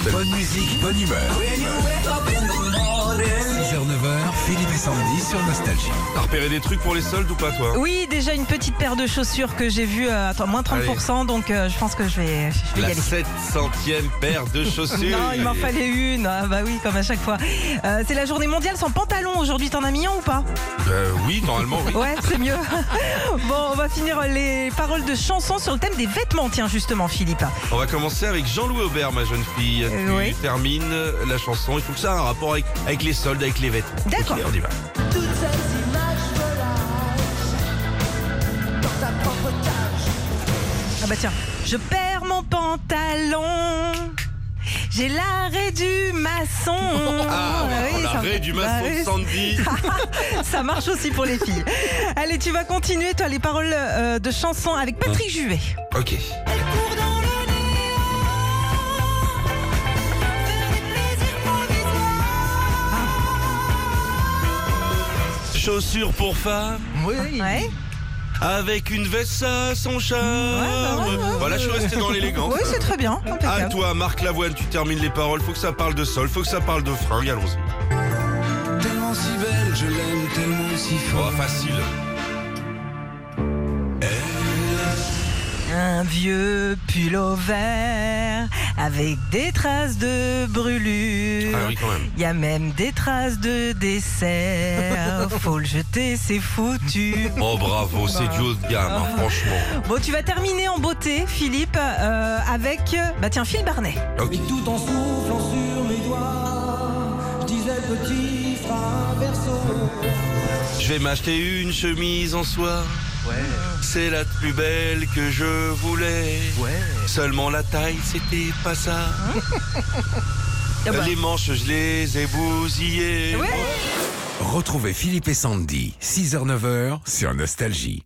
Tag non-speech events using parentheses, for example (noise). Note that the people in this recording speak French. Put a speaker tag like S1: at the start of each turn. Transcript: S1: Bonne musique, bonne humeur. 6h-9h, Philippe et Sandy sur Nostalgie.
S2: T'as repéré des trucs pour les soldes ou pas, toi
S3: Oui, déjà une petite paire de chaussures que j'ai vue, euh, attends, moins 30%, donc euh, je pense que je vais, je vais y
S2: La
S3: aller.
S2: 700ème paire de chaussures.
S3: (laughs) Non, il m'en fallait une. Ah, bah oui, comme à chaque fois. Euh, c'est la journée mondiale sans pantalon. Aujourd'hui, t'en as mis un ou pas
S2: Euh, oui, normalement, oui.
S3: Ouais,
S2: (laughs)
S3: c'est mieux. bon, on va finir les paroles de chansons sur le thème des vêtements, tiens, justement, Philippe. Ah
S2: On va commencer avec Jean-Louis Aubert, ma jeune fille.
S3: Euh,
S2: tu
S3: oui.
S2: termines la chanson. Il faut que ça ait un rapport avec, avec les soldes, avec les vêtements.
S3: D'accord. Oh,
S2: Ok, on y va.
S4: Toutes ces images de l'âge dans ta propre cage.
S3: Ah bah tiens, je perds mon pantalon. J'ai l'arrêt du maçon.
S2: Ah,
S3: Ah oui, ça me-
S2: l'arrêt du
S3: Bah oui,
S2: maçon
S3: (laughs)
S2: Sandy.
S3: Ça marche aussi pour les filles. Allez, tu vas continuer, toi, les paroles euh, de chansons avec Patrick Juvet.
S2: Ok.
S4: Elle court dans le néant vers des plaisirs provisoires.
S2: Chaussures pour femme.
S3: Ouais.
S2: Avec une veste à son charme.
S3: ouais, ouais, ouais.
S2: Euh, voilà, je suis resté dans l'élégance. Ah,
S3: Oui, c'est très bien.
S2: À
S3: Impeccable.
S2: toi, Marc Lavoine, tu termines les paroles. Faut que ça parle de sol, faut que ça parle de fringues. Allons-y.
S1: Tellement si belle, je l'aime tellement si
S2: Oh, facile.
S3: Un vieux pull au vert avec des traces de brûlure.
S2: Ah oui, quand même.
S3: Il y a même des traces
S2: (laughs)
S3: de dessert. Faut le jeter, c'est foutu.
S2: Oh, bravo, c'est
S3: Bah.
S2: du haut de gamme, hein,
S3: (laughs)
S2: franchement.
S3: Bon, tu vas terminer en beauté, Philippe, euh, avec euh, bah tiens Phil Barnet.
S2: Ok.
S5: Tout en soufflant sur mes doigts, je disais petit frein verso.
S2: Je vais m'acheter une chemise en soie. C'est la plus belle que je voulais. Seulement la taille, c'était pas ça.
S3: Ah bah.
S2: Les manches, je les ai bousillées.
S3: Ouais.
S1: Retrouvez Philippe et Sandy, 6h-9h sur Nostalgie.